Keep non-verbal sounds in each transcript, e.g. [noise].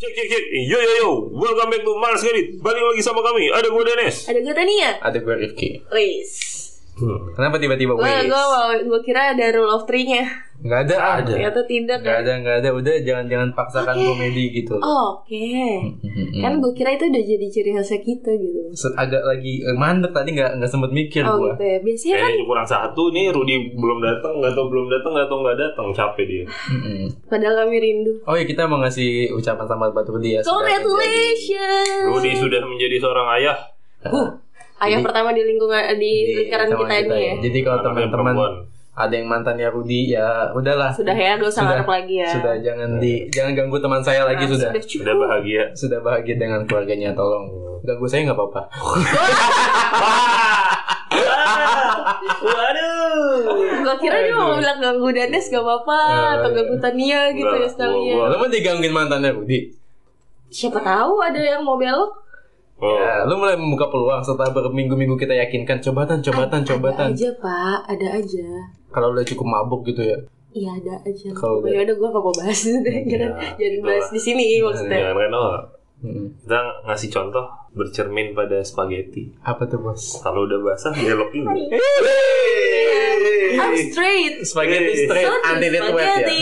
Cek cek cek. Yo yo yo. Welcome back to Mars Edit. Balik lagi sama kami. Ada gue Dennis. Ada gue Tania. Ada gue Rifki. Wis. Hmm. Kenapa tiba-tiba Wah, Waze? gue mau gue kira ada rule of three-nya. Nggak ada. ah. Ada. Ternyata tidak. Nggak ya. ada, nggak ada. Udah jangan-jangan paksakan komedi gitu. Oh, Oke. Mm-mm. Kan gue kira itu udah jadi ciri khasnya kita gitu. Se- agak lagi eh, mandek tadi nggak nggak sempet mikir Oh gua. Eh. gitu ya. Biasanya kan Kayaknya Eh, kurang satu nih. Rudi belum datang. Nggak tahu belum datang. Nggak tahu nggak datang. Capek dia. Mm-mm. padahal kami rindu. Oh ya kita mau ngasih ucapan sama buat ya. dia. sudah menjadi- Congratulations. Rudi sudah menjadi seorang ayah. Huh, ayah Jadi- pertama di lingkungan di Di lingkaran teman kita ini ya. Jadi kalau Anak yang teman-teman perempuan. ada yang mantannya Rudi ya udahlah. Sudah ya, gak usah Sudah. ngarep lagi ya. Sudah jangan di jangan ganggu teman saya lagi Nah, sudah. Sudah cukup. sudah bahagia. Sudah bahagia dengan keluarganya tolong. Ganggu saya nggak apa-apa. Waduh. Gue kira dia mau bilang ganggu Danes gak apa-apa atau iya. ganggu Tania gitu Enggak, ya sekalian. gua- Lu mau digangguin mantannya Rudi? Siapa tahu ada yang mau belok. Oh. Ya, lu mulai membuka peluang setelah berminggu-minggu kita yakinkan cobatan, cobatan, Ada cobatan. aja pak, ada aja. Kalau udah cukup mabuk gitu ya. Iya ada aja. Kalau Iya, Oh, ya udah gue gak mau bahas [laughs] deh. Jangan jangan gitu bahas lah. di sini maksudnya. Jangan kan oh. Hmm. Mm. Kita ngasih contoh bercermin pada spaghetti. Apa tuh bos? Kalau udah basah [laughs] belok juga. I'm straight. Spaghetti straight Sorry, anti red wet ya. Ah, spaghetti.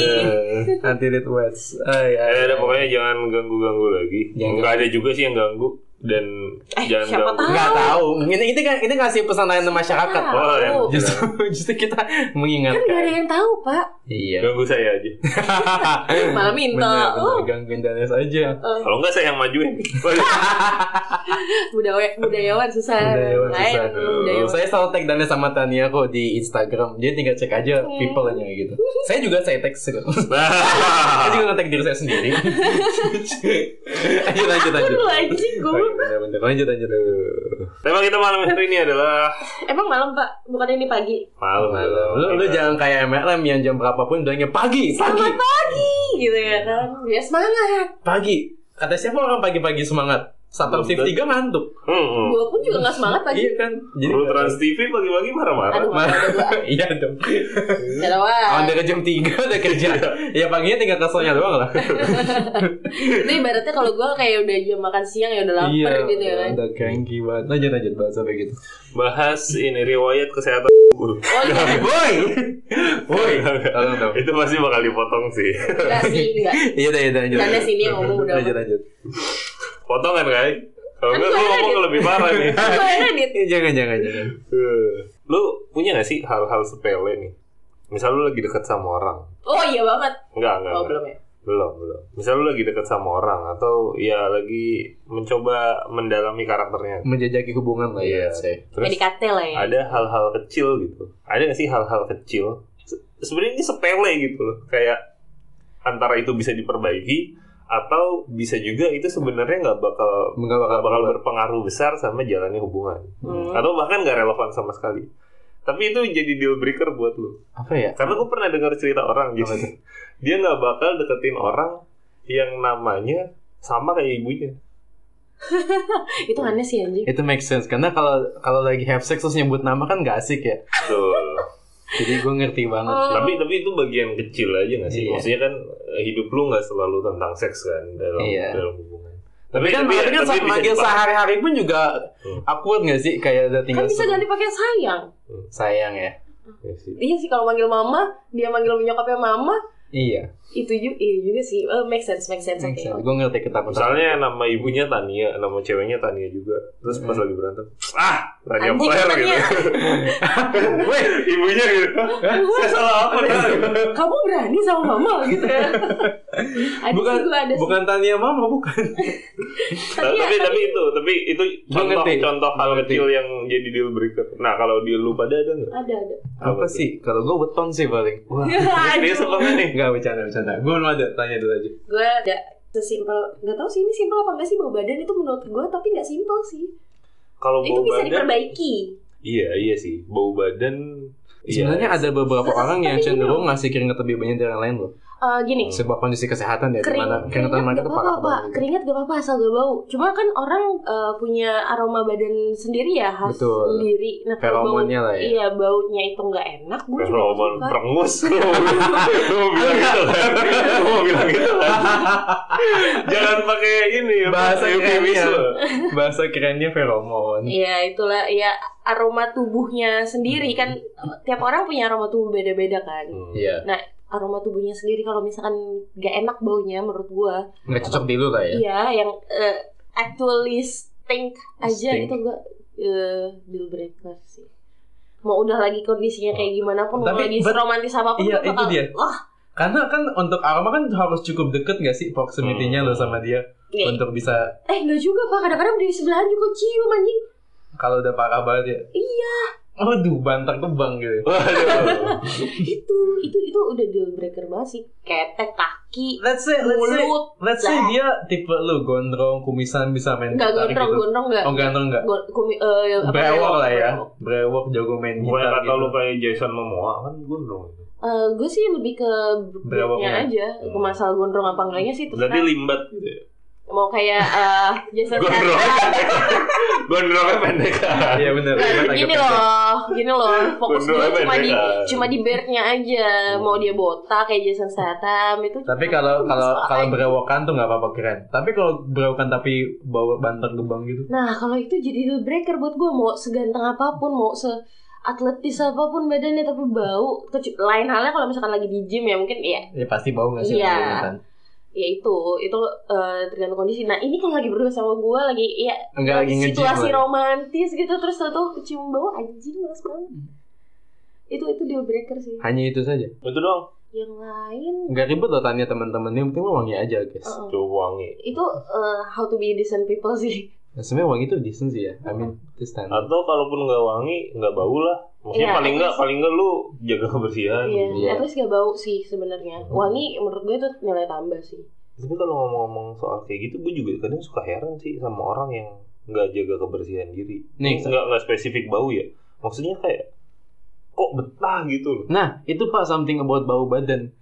[laughs] Eh, Anti red wet. Ay, ay, Eh, ada ay. pokoknya jangan ganggu-ganggu lagi. Jangan Enggak ada juga sih yang ganggu dan Eh, jangan siapa ganggu. tahu? Iya. Nggak tahu. Ini ini kan ini ngasih pesan lain ke masyarakat. Tahu. Oh, ya. Justru [laughs] justru kita Kan gak ada mengingatkan. yang tahu pak. Iya. Ganggu saya aja. Malah minta. Benar, benar. Oh, Gangguin Danes aja. Kalau enggak saya yang majuin. Waduh. budaya budayawan susah. Udah, ya, Lain, hmm, susah. budayawan. Saya selalu tag Danes sama Tania kok di Instagram. Jadi tinggal cek aja people-nya gitu. Saya juga saya tag [laughs] Saya [laughs] juga nge-tag diri saya sendiri. [laughs] lanjut lanjut lanjut. Aduh anjing Oh, gue. iya, bener, bener. Lanjut lanjut. Tema kita malam hari ini adalah Emang malam pak? Bukan ini pagi? malam. malam. Lu, lu jangan kayak MLM yang jam berapapun bilangnya pagi, pagi, Selamat pagi gitu Iya. ya kan. Biar semangat. pagi. Kata siapa orang pagi-pagi semangat? Satpam Belum shift 3 ngantuk. Hmm. Gue pun juga gak semangat pagi. Iya kan? Jadi Lu Trans TV pagi-pagi marah-marah. Aduh, Marah. ada gue. [laughs] Iya dong. Jalan. Awan dari jam 3 udah kerja. ya paginya tinggal keselnya doang lah. Itu ibaratnya kalau gue kayak udah jam makan siang ya udah lapar gitu ya kan. Iya, Udah cranky banget. Lanjut lanjut bahas apa gitu. Bahas ini riwayat kesehatan. [laughs] Oh iya, Boy. Boy. Tolong dong. Itu pasti bakal dipotong sih. [laughs] enggak sih, enggak. Iya udah iya udah, lanjut. Danes ini yang ngomong udah. Lanjut lanjut. Potongan kan? Kalau enggak lu Kan gua ngomong edit. lebih parah nih. Gue yang edit. Eh, jangan jangan jangan. Eh, Lu punya gak sih hal-hal sepele nih? Misal lu lagi deket sama orang. Oh iya banget. Enggak, enggak. Oh enggak. belum ya. belum belum misal lu lagi deket sama orang atau ya lagi mencoba mendalami karakternya Menjajaki hubungan lah Iya. ya. saya. terus PDKT lah ya. ada hal-hal kecil gitu ada gak sih hal-hal kecil Se- sebenarnya ini sepele gitu loh kayak antara itu bisa diperbaiki atau bisa juga itu sebenarnya nggak bakal Enggak bakal nggak bakal berpengaruh besar sama jalannya hubungan Hmm. atau bahkan nggak relevan sama sekali tapi itu jadi deal breaker buat lu apa ya? Karena gue pernah dengar cerita orang gitu. Dia nggak bakal deketin orang yang namanya sama kayak ibunya. Itu aneh sih anjing. Itu make sense karena kalau kalau lagi have sex terus nyebut nama kan gak asik ya. Betul. Jadi gue ngerti banget. Oh. tapi tapi itu bagian kecil aja nggak sih? Iya. Maksudnya kan eh, hidup lu nggak selalu tentang seks kan dalam Iya. dalam hubungan. Tapi kan tapi kan tapi sa- bisa manggil dipakai. sehari-hari pun juga Hmm. awkward gak iya sih kayak udah Kan tinggal bisa sebut- ganti pakai sayang. sayang ya. Iya sih. Iya sih kalau manggil mama, dia manggil nyokapnya mama, Iya. itu juga iya juga sih. Eh, make sense, make sense. Make Oke. sense. Gue ngerti ketakutan. Misalnya nama ibunya Tania, nama ceweknya Tania juga. Terus Hmm. pas lagi berantem, ah Tania Anjing, player Tania. gitu. [laughs] Weh, ibunya gitu. "Hah, Saya salah apa? Tan?" Kamu berani sama mama gitu ya. Ada bukan sih gue ada sih. bukan Tania mama bukan. tapi, tapi, Tania, tapi itu tapi itu Gua contoh ngerti. contoh hal Gua ngerti. kecil yang jadi deal breaker nah kalau di lu pada ada nggak ada ada. apa sih? Kalau gue weton sih paling. [laughs] Wah. dia sebelumnya nih Enggak bercanda bercanda. Gue belum ada tanya dulu aja. gue ada sesimpel nggak tahu sih ini simpel apa enggak sih bau badan itu menurut gue tapi nggak simpel sih kalau itu bau bisa badan diperbaiki iya iya sih bau badan Sebenarnya ada beberapa Terus, orang yang tapi gini cenderung ngasih keringat lebih banyak dari yang lain loh. Eh, gini, Sebab kondisi kesehatan ya, Kering- dimana keringat keringatan mereka gak tuh apa-apa parah pak banget. keringat gak apa-apa asal gak bau cuma kan orang eh, punya aroma badan sendiri ya khas Betul. sendiri nah kalau bau Feromonnya lah ya. iya baunya itu nggak enak gue juga kan. Kalau mau nggak suka. [laughs] perengus, lu mau bilang lu mau bilang gitu kan? Lu mau bilang gitu kan? Jangan pakai ini apa, Bahasa eufemis kerennya. lu. Bahasa kerennya feromon. Iya itulah ya aroma tubuhnya sendiri kan eh, tiap orang punya aroma tubuh beda-beda kan Iya, aroma tubuhnya sendiri kalau misalkan gak enak baunya menurut gue nggak cocok di lu lah ya. iya yang eh, actually stink aja gitu, Stink. itu gue deal breaker sih mau udah lagi kondisinya kayak gimana pun mau Tapi- lagi but- romantis apa pun gua iya, bakal itu dia. wah Karena kan untuk aroma kan harus cukup deket gak sih proximity-nya lo sama dia kayak- untuk bisa eh enggak juga pak kadang-kadang di sebelahan juga cium [laughs] anjing kalau udah parah banget ya. iya Aduh, bantar kebang gitu. Waduh. itu itu itu udah deal breaker banget sih ketek kaki Let's say, let's say, mulut let's say dia tipe lu gondrong, kumisan bisa main enggak gitar gondrong gitu. gondrong enggak Oh, gondrong enggak. Gon- kumi, eh, apa, Brewok lah ya. brewok. Brewok jago main Bukan gitar kata gitu. lu kayak Jason Momoa kan gue dong. Eh, gue sih lebih ke Brewoknya. ya. brewoknya aja Hmm. ke masalah gondrong apa enggaknya sih terserah. Berarti limbat gitu ya. mau kayak eh [laughs] Jason Gondrongnya Statham. pendek. Gondrongnya pendek. Iya benar. Nah, gini loh, gini loh, fokus gue Gondrongnya cuma di pendek. cuma di beardnya aja, mau dia botak kayak Jason Statham itu. Tapi cuma- kalau kalau masalah kalau aja. berewokan tuh nggak apa-apa keren. Tapi kalau berewokan tapi bawa banter gebang gitu. Nah kalau itu jadi deal breaker buat gue mau seganteng apapun, mau se atletis apapun badannya tapi bau. Kecu- lain halnya kalau misalkan lagi di gym ya mungkin ya Ya pasti bau nggak sih Iya. kalau keringetan? ya itu itu eh, tergantung kondisi. Nah ini kalau lagi berdua sama gue lagi ya Enggak lagi nge situasi romantis gitu terus tuh kecium bau anjing males banget. Hmm. Itu itu deal breaker sih. Hanya itu saja. Itu dong. Yang lain Nggak ribet loh tanya teman-teman. Yang penting lo wangi aja, guys. eh, Cowok wangi. itu eh, how to be decent people [laughs] sih. Nah, sebenarnya wangi itu decent sih ya. I mean, itu standar. Atau kalaupun nggak wangi, nggak bau lah. Maksudnya Iya, paling nggak terus- paling nggak lu jaga kebersihan. Iya, iya. Hmm. at least gak bau sih sebenarnya. Wangi menurut gue itu nilai tambah sih. Tapi kalau ngomong-ngomong soal kayak gitu, gue juga kadang suka heran sih sama orang yang nggak jaga kebersihan diri. Nih, nggak nggak spesifik bau ya. Maksudnya kayak kok betah gitu loh. Nah, itu Pak something about bau badan.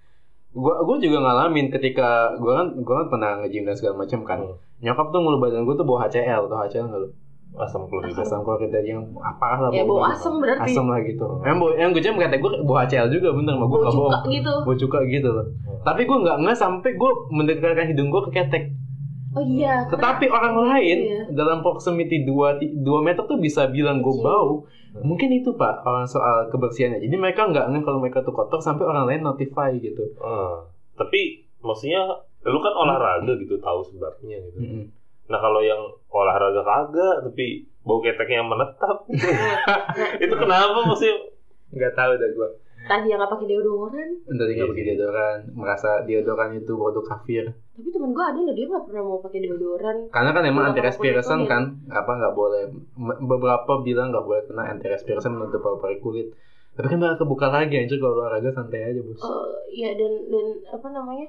Gua gua juga ngalamin ketika gua kan gua kan pernah nge-gym dan segala macam kan. Hmm. Nyokap tuh ngelu badan gua tuh bau HCl, tuh HCl enggak lu? Asam klorida. Asam klorid dari yang ah, parah lah ya bau badan. asam berarti. Asam lah gitu. Yang bau yang gua jam kata gua bau HCl juga bener mah gua Bau enggak cuka bohong. gitu. Bau cuka gitu loh. Tapi gua nggak nggak sampai gua mendekatkan hidung gua ke ketek. Oh iya. Tetapi orang lain Iya. dalam proximity 2 2 meter tuh bisa bilang gue Kecil. bau. Mungkin itu Pak orang soal kebersihannya. Jadi mereka nggak ngeh kalau mereka tuh kotor sampai orang lain notify gitu. Eh, tapi maksudnya lu kan olahraga gitu tahu sebenarnya gitu. Mm-mm. Nah kalau yang olahraga kagak tapi bau keteknya menetap gitu. [laughs] itu kenapa maksudnya? Nggak tahu dah gue. Tadi yang nggak pakai deodoran. Entar tinggal Iya pakai sih. deodoran, merasa deodoran itu produk kafir. Tapi temen gue ada loh dia nggak pernah mau pakai deodoran. Karena kan emang Kalau anti respiration apapun itu kan apa nggak boleh me- beberapa bilang nggak boleh kena anti respiration menutup paru-paru kulit. Tapi kan bakal kebuka lagi anjir kalau olahraga santai aja, Bos. Eh, ya dan dan apa namanya?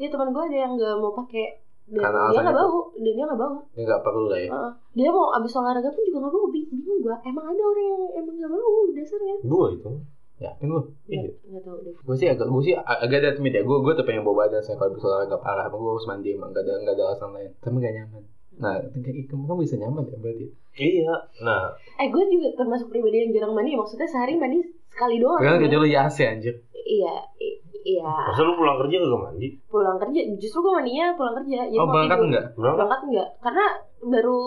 Iya teman gue ada yang nggak mau pakai dan Karena dia alasan nggak itu. bau, dan dia nggak bau. Ya nggak perlu lah ya. Heeh. dia mau abis olahraga pun juga nggak bau, Bing- bingung gue. Emang ada orang yang emang nggak bau dasarnya? Gua itu. Yakin lu? Iya. Nggak- Nggak tahu deh. gue sih agak gue sih ag- agak ada admit ya gue gue tuh pengen bawa badan saya kalau bisa olahraga parah emang gue harus mandi emang gak ada gak ada alasan lain tapi gak nyaman nah kayak kamu kamu bisa nyaman ya berarti Iya. Nah Eh gue juga termasuk pribadi yang jarang mandi Maksudnya sehari mandi sekali doang karena kerja lu ya AC anjir Iya i- Iya masa lu pulang kerja kagak mandi? Pulang kerja Justru gue mandinya pulang kerja Jadi oh mau berangkat tidur. enggak Berangkat? Berangkat enggak Karena baru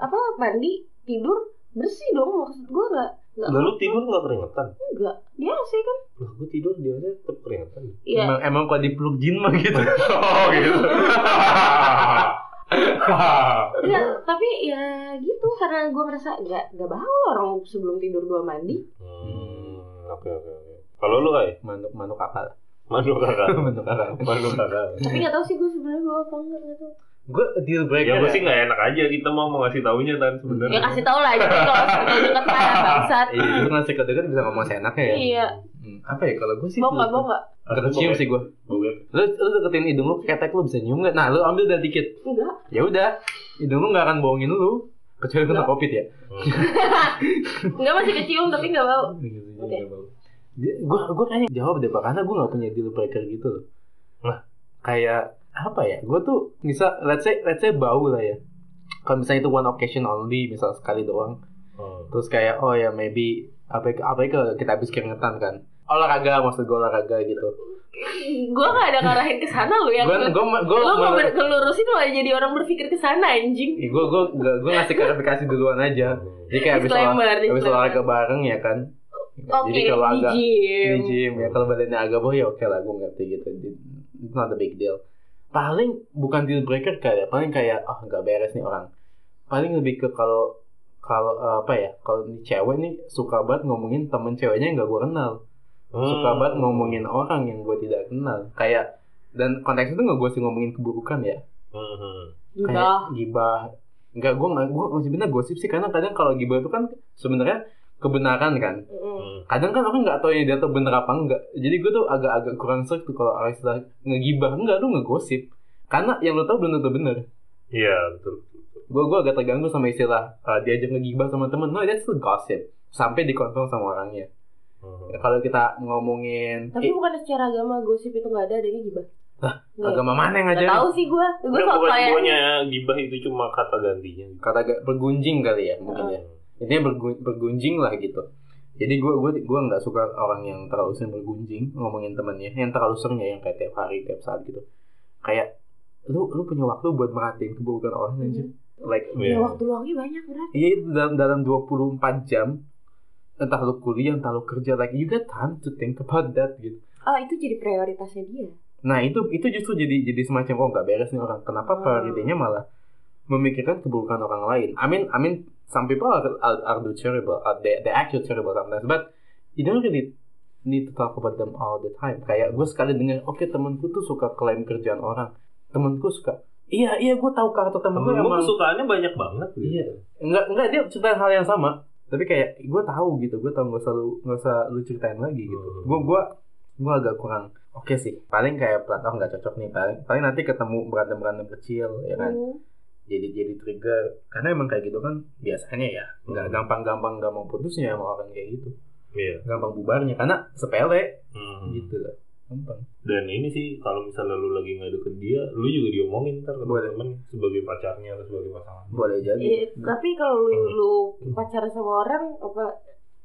Apa mandi Tidur Bersih dong Maksud gue enggak Lalu tidur nggak keringetan? Enggak Dia sih kan Lah gua tidur dia aja tetap keringetan. Iya emang emang kalau dipeluk jin mah gitu [laughs] Oh gitu. Iya Tapi ya gitu Karena gue merasa Enggak Enggak bau loh orang sebelum tidur gue mandi Hmm, Oke oke oke. Kalau lu kayak manuk manuk akal mandu [laughs] Iya. kakak, manuk akal mandu kakak. Tapi enggak tahu sih gue sebenarnya bau apa enggak Enggak tahu gue deal Ya breaker gue sih nggak enak aja kita mau mau ngasih taunya kan Ya sebenarnya. kasih tau lah Jadi kalau sebelum deket lah Bangsat Iya, itu ngasih ke dekat bisa ngomong seenaknya ya. Iya Hmm, apa ya kalau gue sih? Bau enggak bau enggak Terus cium sih gue. Bukan. Lu, lu deketin hidung lu, ketek lu bisa nyium nggak? Nah, lu ambil dari dikit. Enggak ya udah hidung lu nggak akan bohongin lu kecuali kena Nggak. covid ya Enggak masih kecium Tapi enggak bau Gitu, jadi Oke. nggak bau. gue gue kayaknya jawab deh pak karena gue nggak punya deal breaker gitu loh Lah. kayak apa ya gue tuh bisa let's say let's say bau lah ya kalau misalnya itu one occasion only misal sekali doang terus kayak oh ya maybe apa apa kalau kita habis keringetan kan olahraga maksud gue olahraga gitu Gue gak ada ngarahin ke sana lu gue ya. gue gue Lu mau ber- ngelurusin malah jadi orang berpikir ke sana anjing. gue gue gue ngasih klarifikasi duluan aja jadi kayak Iya, habis olah- Disclaimer, habis disclaimer. olahraga bareng ya kan Oke, jadi kalau agak di gym. di gym ya kalau badannya agak bau ya oke lah gue ngerti gitu Di- it's not a big deal paling bukan deal breaker kayak paling kayak ah nggak beres nih orang paling lebih ke kalau kalau eh, apa ya kalau nih cewek nih suka banget ngomongin temen ceweknya yang gak gue kenal Hmm. suka banget ngomongin orang yang gue tidak kenal kayak dan konteksnya tuh nggak gue sih ngomongin keburukan ya Hmm, Gibah. kayak gibah nggak gue nggak gue masih bener gosip sih karena kadang kalau gibah itu kan sebenarnya kebenaran kan Mm. hmm. kadang kan orang nggak tahu yang dia tuh bener apa enggak jadi gue tuh agak-agak kurang serak tuh kalau orang istilah ngegibah enggak lu ngegosip karena yang lo tau belum tentu bener Iya betul. gue gue agak terganggu sama istilah uh, diajak ngegibah sama temen no that's still gossip sampai dikonfirm sama orangnya Hmm. Ya, kalau kita ngomongin Tapi "Ih, bukan secara agama gosip itu gak ada adanya gibah. nggak- agama mana yang Gak ngajarin tahu sih gue. Gue Udah, soal bukan kayak semuanya gibah itu cuma kata gantinya. kata agak bergunjing kali ya mungkin ya intinya bergu- bergunjing lah gitu jadi gue gue gue nggak suka orang yang terlalu sering bergunjing ngomongin temennya yang terlalu sering ya yang kayak tiap hari tiap saat gitu kayak lu lu punya waktu buat merhatiin keburukan orang anjir like Iya. ya waktu luangnya banyak berat. iya itu dalam dalam 24 jam entah lu kuliah entah lu kerja like you got time to think about that gitu Oh itu jadi prioritasnya dia. nah itu itu justru jadi jadi semacam oh nggak beres nih orang kenapa Hmm. prioritinya malah memikirkan keburukan orang lain I mean I mean some people are are, are do terrible are, they they actually terrible sometimes but you don't really need to talk about them all the time kayak gue sekali dengar oke temanku tuh suka klaim kerjaan orang temanku suka iya iya gue tahu karakter temen gue Temen gue emang kesukaannya banyak banget gitu. Iya. Enggak, enggak dia ceritain hal yang sama. Tapi kayak gue tahu gitu, gue tahu nggak usah lu nggak usah lu ceritain lagi gitu. Hmm. Gue gue gue agak kurang oke sih. Paling kayak plat oh nggak cocok nih. Paling paling nanti ketemu berantem berantem kecil ya kan. Hmm. Jadi jadi trigger karena emang kayak gitu kan biasanya ya Hmm. nggak gampang gampang gampang putusnya sama orang kayak gitu. Iya. Gampang bubarnya karena sepele Hmm. gitu loh. Gampang. Dan ini sih kalau misalnya lu lagi nggak deket dia, lu juga diomongin ntar ke Boleh. temen sebagai pacarnya atau sebagai pasangan. Boleh jadi. Iya, tapi kalau lu, Hmm. lu pacaran sama orang apa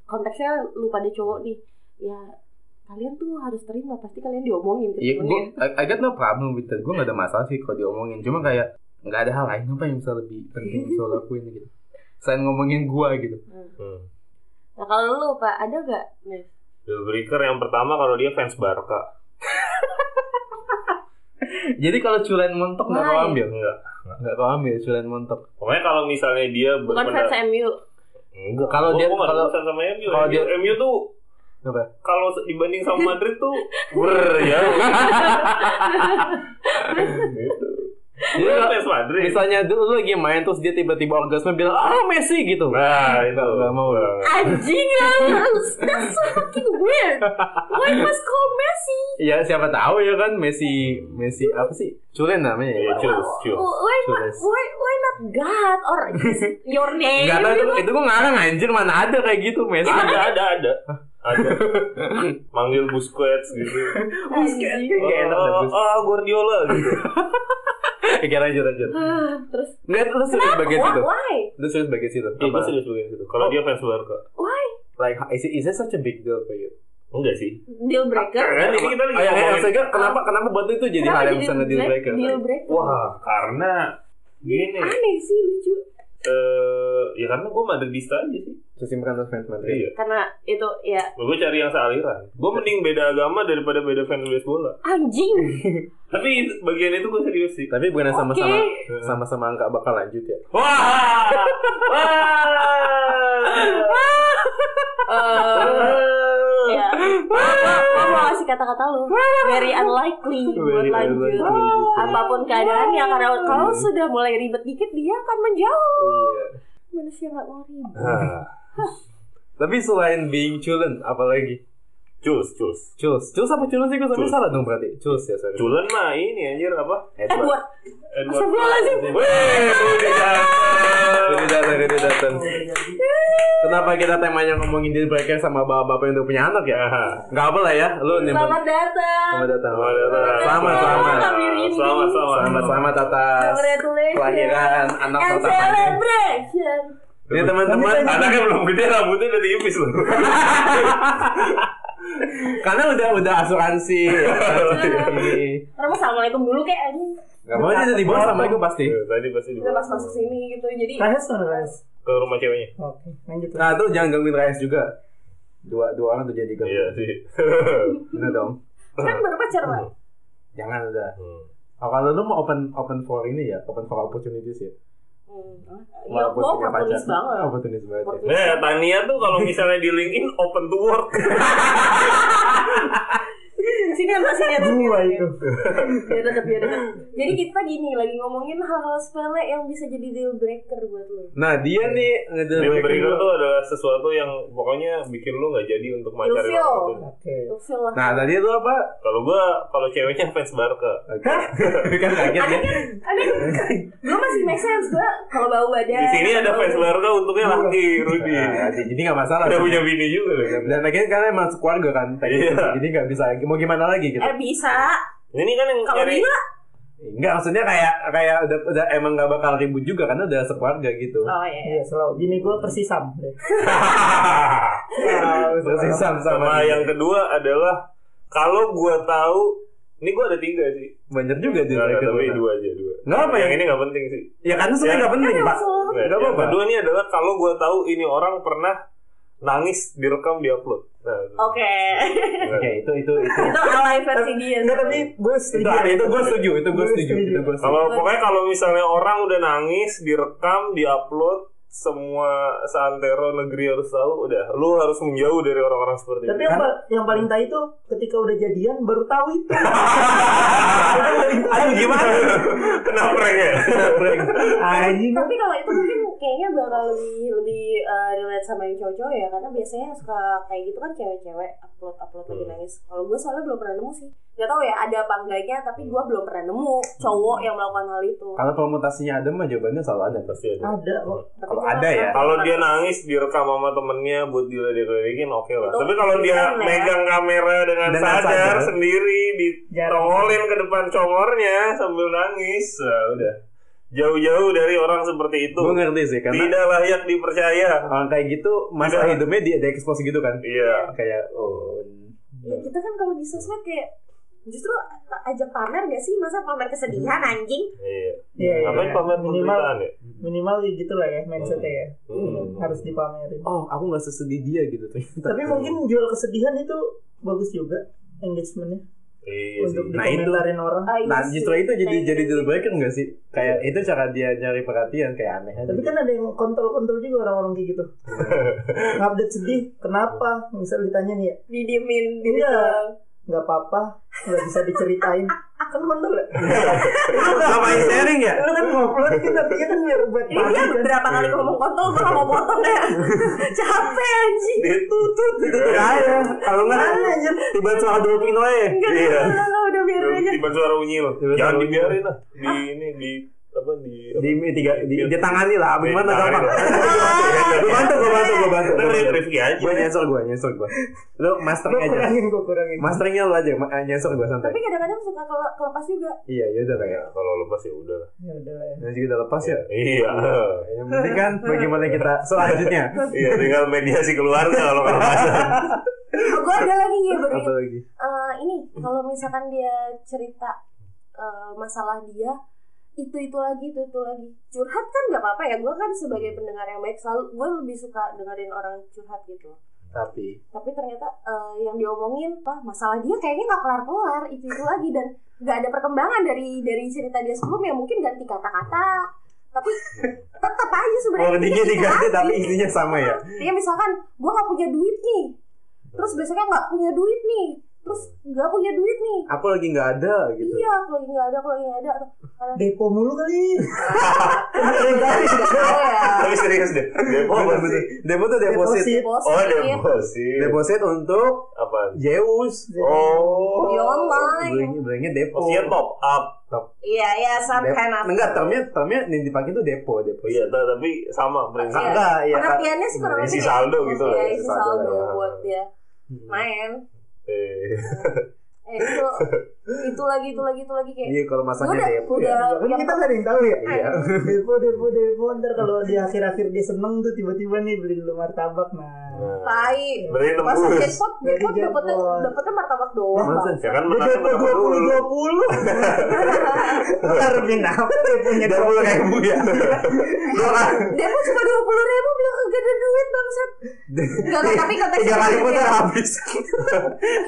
konteksnya lu pada cowok nih ya kalian tuh harus terima pasti kalian diomongin ke Iya, gue temennya. I, I got no problem with that. Gue gak ada masalah sih kalau diomongin. Cuma kayak nggak ada hal lain apa yang bisa lebih penting yang bisa lo lakuin gitu. Selain ngomongin gue gitu. Mm. Hmm. Nah kalau lu pak ada gak? Nih. The Breaker yang pertama kalau dia fans Barca. Jadi kalau culen montok nggak kau Why? ambil, Enggak. nggak kau ambil culen montok. Pokoknya kalau misalnya dia Bukan fans MU. Enggak. Kalau Gua- dia- gua nggak ada kalau- urusan sama MU. kalau MU, dia- MU tuh Apa? kalau dibanding [laughs] sama Madrid tuh ber ya. gitu. Jadi Dia kalau- fans Madrid. misalnya dulu lu lagi main terus dia tiba-tiba orgasme bilang ah Messi gitu. Nah, itu Nggak- nggak mau. Anjing harus. That's so fucking weird. Why must call Messi? Ya siapa tahu ya kan Messi Messi apa sih culen namanya Iya, ya. culen. Choose, choose, Why, not, choose. why, why not God or just your name? Gak tau itu, itu gue ngarang anjir mana ada kayak gitu Messi. Ada, ada, ada. [laughs] Ada. Manggil Busquets gitu. Anjing. Kayak gak enak Oh, bagus. oh, Guardiola gitu. Oke lanjut lanjut. Ah, Terus Nggak terus serius bagian situ. Why? Terus serius bagian situ. Iya, gue Apa? serius bagian situ. Kalau Oh. dia fans Barca. Why? like how- is it, is it such a big deal for you? Enggak sih. Deal breaker? Kan ini kita lagi Oh, Oh, ya, ya, ngomongin- Ah. maksudnya kenapa kenapa buat lu itu jadi hal Kenapa yang sangat deal black- breaker? Deal breaker. Wah, karena gini. Eh, Aneh sih lucu. ya karena gue Madridista aja sih. Terus simpan terus fans Madrid. Iya. Karena itu ya Gue cari yang sealiran. Gue mending beda agama daripada beda fans sepak bola. anjing. Tapi bagian itu gue serius sih. Tapi bukan yang [laughs] sama-sama Oke. sama-sama nggak bakal lanjut ya. [laughs] Wah! Wah! Eh, [laughs] ya. Gue mau ngasih kata-kata lu. Very unlikely buat Very lanjut. unlikely. Apapun keadaannya karena kalau sudah mulai ribet dikit dia akan menjauh. Iya. Manusia nggak mau ribet. Ah, Tapi selain being culen, apalagi Cus, cus. culs. Culs apa culen sih? Gue sampai Culs. salah dong berarti. Culs ya sorry. Culen mah ini anjir apa? Eh buat Edward. Astagfirullahaladzim. Wih, udah. Rudi Dutton, Rudi Dutton. Kenapa kita temanya ngomongin deal breaker sama bapak-bapak yang udah punya anak ya? Gak apa lah ya, lu nih. Selamat Selamat datang. datang. Selamat datang. Selamat, selamat. Kami rindu. Selamat, selamat. Selamat, selamat atas Congratulations. kelahiran anak And pertamanya. celebration. Ini teman-teman, Anaknya belum gede rambutnya udah tipis loh. Kan karena udah udah asuransi. ya, asuransi. Orang mau assalamualaikum dulu kayak anjing. Gak mau dia di bawah sama gue pasti. Tuh, Iya, Tadi pasti di Udah pas masuk sini gitu. Jadi Rahes mana Rahes? ke rumah ceweknya. Oke, lanjut. Nah tuh jangan gangguin Reyes juga. Dua dua orang tuh jadi ganggu. Iya sih. Bener dong. kan baru pacar lah. Jangan udah. Hmm. Oh, kalau lu mau open open for ini ya, open for opportunities ya. Hmm. Ya, gua punya oportunis pacar. banget. Opportunist banget. Nah, ya. Tania tuh kalau misalnya di LinkedIn open to work. Iya, Sini sama sini atas. Gua itu. Biar deket, biar deket. Jadi kita gini lagi ngomongin hal-hal sepele yang bisa jadi deal breaker buat lo. Nah dia nih ngedeal Deal breaker breaker dulu. tuh adalah sesuatu yang pokoknya bikin lu nggak jadi untuk pacaran Ilfil. orang itu. Oke. Lo feel lah. Nah tadi itu apa? Kalau gua kalau ceweknya fans Barca. Oke. [laughs] kan kaget ya. Ada gue masih make sense gue kalau bau badan. Di sini ada fans Barca untungnya laki Rudi. Nah, jadi nggak masalah. Udah punya bini juga loh. [laughs] Dan akhirnya karena emang sekeluarga kan, teknis. Iya. jadi nggak bisa mau gimana lagi gitu. Eh bisa. Ini kan yang Kalau cari- gila. Enggak maksudnya kayak kayak udah, udah emang nggak bakal ribut juga karena udah sekeluarga gitu. Ah. [laughs] Oh iya. Iya, selalu gini gua persisam. [laughs] Terus sama sama sama yang kedua adalah kalau gua tahu ini gua ada tiga sih. banyak juga deal Nggak, breaker. tapi Bang. dua aja dua. Nggak apa yang ya? ini nggak penting sih. Ya karena sebenarnya Ya. nggak penting pak. Nggak Nggak yang apa-apa. kedua ini adalah kalau gua tahu ini orang pernah nangis direkam diupload. Nah, [laughs] Oke. Oke itu itu itu. Itu alay versi dia. Enggak, [laughs] tapi gua itu setuju. itu gue setuju itu gue Gua setuju setuju. itu gue setuju Kalau pokoknya kalau misalnya orang udah nangis direkam diupload semua seantero negeri harus tahu udah lu harus menjauh dari orang-orang seperti [laughs] Tapi itu. yang, pa- yang paling tai itu ketika udah jadian baru tahu itu. aduh gimana [laughs] Kena prank ya? [laughs] Anjing. Tapi kalau itu mungkin kayaknya bakal lebih lebih eh, relate sama yang cowok-cowok ya karena biasanya yang suka kayak gitu kan cewek-cewek upload upload lagi Hmm. nangis. Kalau gue soalnya belum pernah nemu sih. Gak tau ya ada apa enggaknya tapi gue belum pernah nemu cowok yang melakukan hal itu. kalau permutasinya ada mah jawabannya selalu ada Pasti ada. Ada kok. Tapi kalau gua ada ya. pernah- Kalau dia nangis direkam sama temennya buat diledek-ledekin oke lah. Itu Tapi kalau dia pilihan, ya. megang kamera dengan, Dengan sadar, sadar. sendiri ditongolin ke depan congornya sambil nangis, nah, udah jauh-jauh dari orang seperti itu. gue ngerti sih karena Tidak layak dipercaya. orang kayak gitu masa Tidak. hidupnya dia di expose gitu kan Iya. kayak oh Ya, kita kan kalau di sosmed kayak justru a- ajak pamer gak sih masa pamer kesedihan Hmm. anjing Iya. Iya, iya, Ngapain iya. pamer minimal penderitaan ya? minimal gitu lah ya mindsetnya ya. Hmm. Harus dipamerin. oh aku nggak sesedih dia gitu ternyata Tapi mungkin jual kesedihan itu bagus juga engagementnya Iya sih. untuk Nah, itu. dikomentarin orang. Ah, iya [laughs] nah sih. justru itu jadi Nah, jadi gitu. itu. deal breaker nggak sih kayak itu cara dia nyari perhatian kayak aneh aja Tapi kan ada yang kontrol-kontrol juga orang-orang kayak [laughs] gitu. Ngupdate sedih, kenapa? Misal ditanya nih ya, didiemin gitu Iya. nggak apa-apa, nggak bisa [laughs] diceritain. Kan kontrol ya? ngapain sharing ya Lu kan ngobrol kan artinya kan biar buat Iya, ini dia paham kan. berapa kali ngomong kontol gue mau potong deh capek anjing tutut itu Iya. tuh kaya kalau nggak aja. tiba suara dua pinoy enggak Iya. enggak enggak, enggak, udah biarin aja Tiba suara unyil. Tiba suara Jangan unyil. dibiarin lah. Di ini di apa di di tiga di, Iya. di tangani lah abis mana Ditarik. gampang gue bantu gue bantu gue bantu Ntar dia Rifki aja. gue nyensor gue nyensor gue lo Gue Iya, masternya aja kurangin, gue kurangin. masternya lo aja ma- eh, nyensor gue santai tapi kadang-kadang suka kele- kelepas juga iya ya udah kayak Ya, kalau lepas ya udah. lah. Ya udah lah ya. nanti kita lepas ya Iya. yang penting kan bagaimana kita selanjutnya Iya, tinggal mediasi keluarga kalau kalau gue ada lagi ya apa berarti lagi Eh, ini kalau misalkan dia cerita eh, masalah dia itu itu lagi itu itu lagi curhat kan nggak apa-apa ya gue kan sebagai pendengar yang baik selalu gue lebih suka dengerin orang curhat gitu tapi tapi ternyata eh, yang diomongin wah masalah dia kayaknya nggak kelar kelar itu itu lagi dan nggak ada perkembangan dari dari cerita dia sebelumnya mungkin ganti kata-kata tapi [laughs] tetap aja sebenarnya wordingnya kita- oh, diganti kita tapi lagi. isinya sama ya Iya misalkan gue nggak punya duit nih terus besoknya nggak punya duit nih terus nggak punya duit nih aku lagi nggak ada gitu iya kalau lagi nggak ada kalau lagi nggak ada Depo mulu kali. oh ya Tapi serius deh. Depo apa Bener-bener. sih? depo tuh Oh, deposit Deposit. bos Oh, ya. deposit. deposit untuk Apa? Zeus Oh. Di Iya, online. Bilangnya depo Maksudnya top up. top Iya, ya, some Dep- kind of. Enggak, termnya termnya yang dipakai tuh depo, depo. Iya, ta- tapi sama prinsip. Iya. Enggak, iya. Pengertiannya sih kurang Isi lebih saldo kayak- gitu lah, Iya, isi isi saldo saldo lah. buat dia main. Eh, Eh, itu itu lagi itu lagi itu lagi kayak Iya, kalau Gua masanya udah- depo udah- ya. Tapi kita nggak ada yang tahu ya. Iya. Depo, depo, depo. Ntar kalau di akhir-akhir dia seneng tuh tiba-tiba nih beliin lu martabak nah. nah. tai. Berarti Pas tembus. jackpot, jackpot Jadi dapetnya jackpot. dapetnya martabak doang. Masa? Ya kan Dia makanya depo menang dua puluh dulu. dua puluh. Ntar kenapa deponya Dua puluh ribu ya. Dora. Dia pun cuma dua puluh ribu bilang kagak ada duit bangsat. Enggak, tapi konteksnya Tiga kali bukan pun itu. udah habis.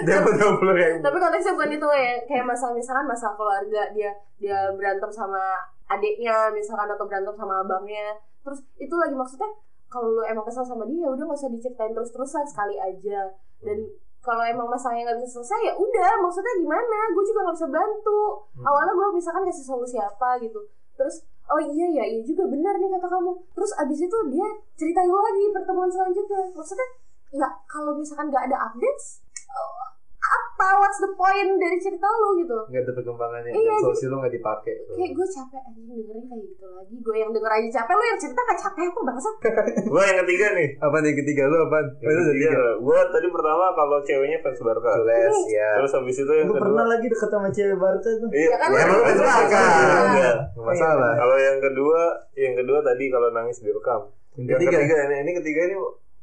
Dapat dua puluh Iya, ribu. Tapi konteksnya bukan itu ya. Kayak masalah misalkan masalah keluarga dia dia berantem sama adiknya misalkan atau berantem sama abangnya. Terus itu lagi maksudnya kalau lu emang kesal sama dia ya udah nggak usah diceritain terus-terusan sekali aja. Dan kalau emang masalahnya nggak bisa selesai ya udah maksudnya gimana gue juga nggak bisa bantu awalnya gue misalkan kasih solusi apa gitu terus oh iya ya iya juga benar nih kata kamu terus abis itu dia ceritain lagi pertemuan selanjutnya maksudnya ya kalau misalkan nggak ada updates eh, apa what's the point dari cerita lu gitu Enggak ada perkembangannya Iya, dan solusi lu enggak dipakai. kayak gue capek anjing dengerin kayak gitu lagi gue yang denger aja capek lu yang cerita gak capek apa bangsa Gua yang ketiga nih. Apa nih ketiga lu apa? Yang ketiga. iya. Gua tadi pertama kalau ceweknya fans Barca. Cules ya. Terus habis itu yang Gue pernah kedua. lagi deket sama cewek Barca tuh. Iya, Ya kan, ya, lu emang lu fans fans Barca. Barca. Iya. Nggak masalah. Kalau yang kedua, yang kedua tadi kalau nangis direkam. Yang Yang ketiga ya? ketiga ini, ini ketiga ini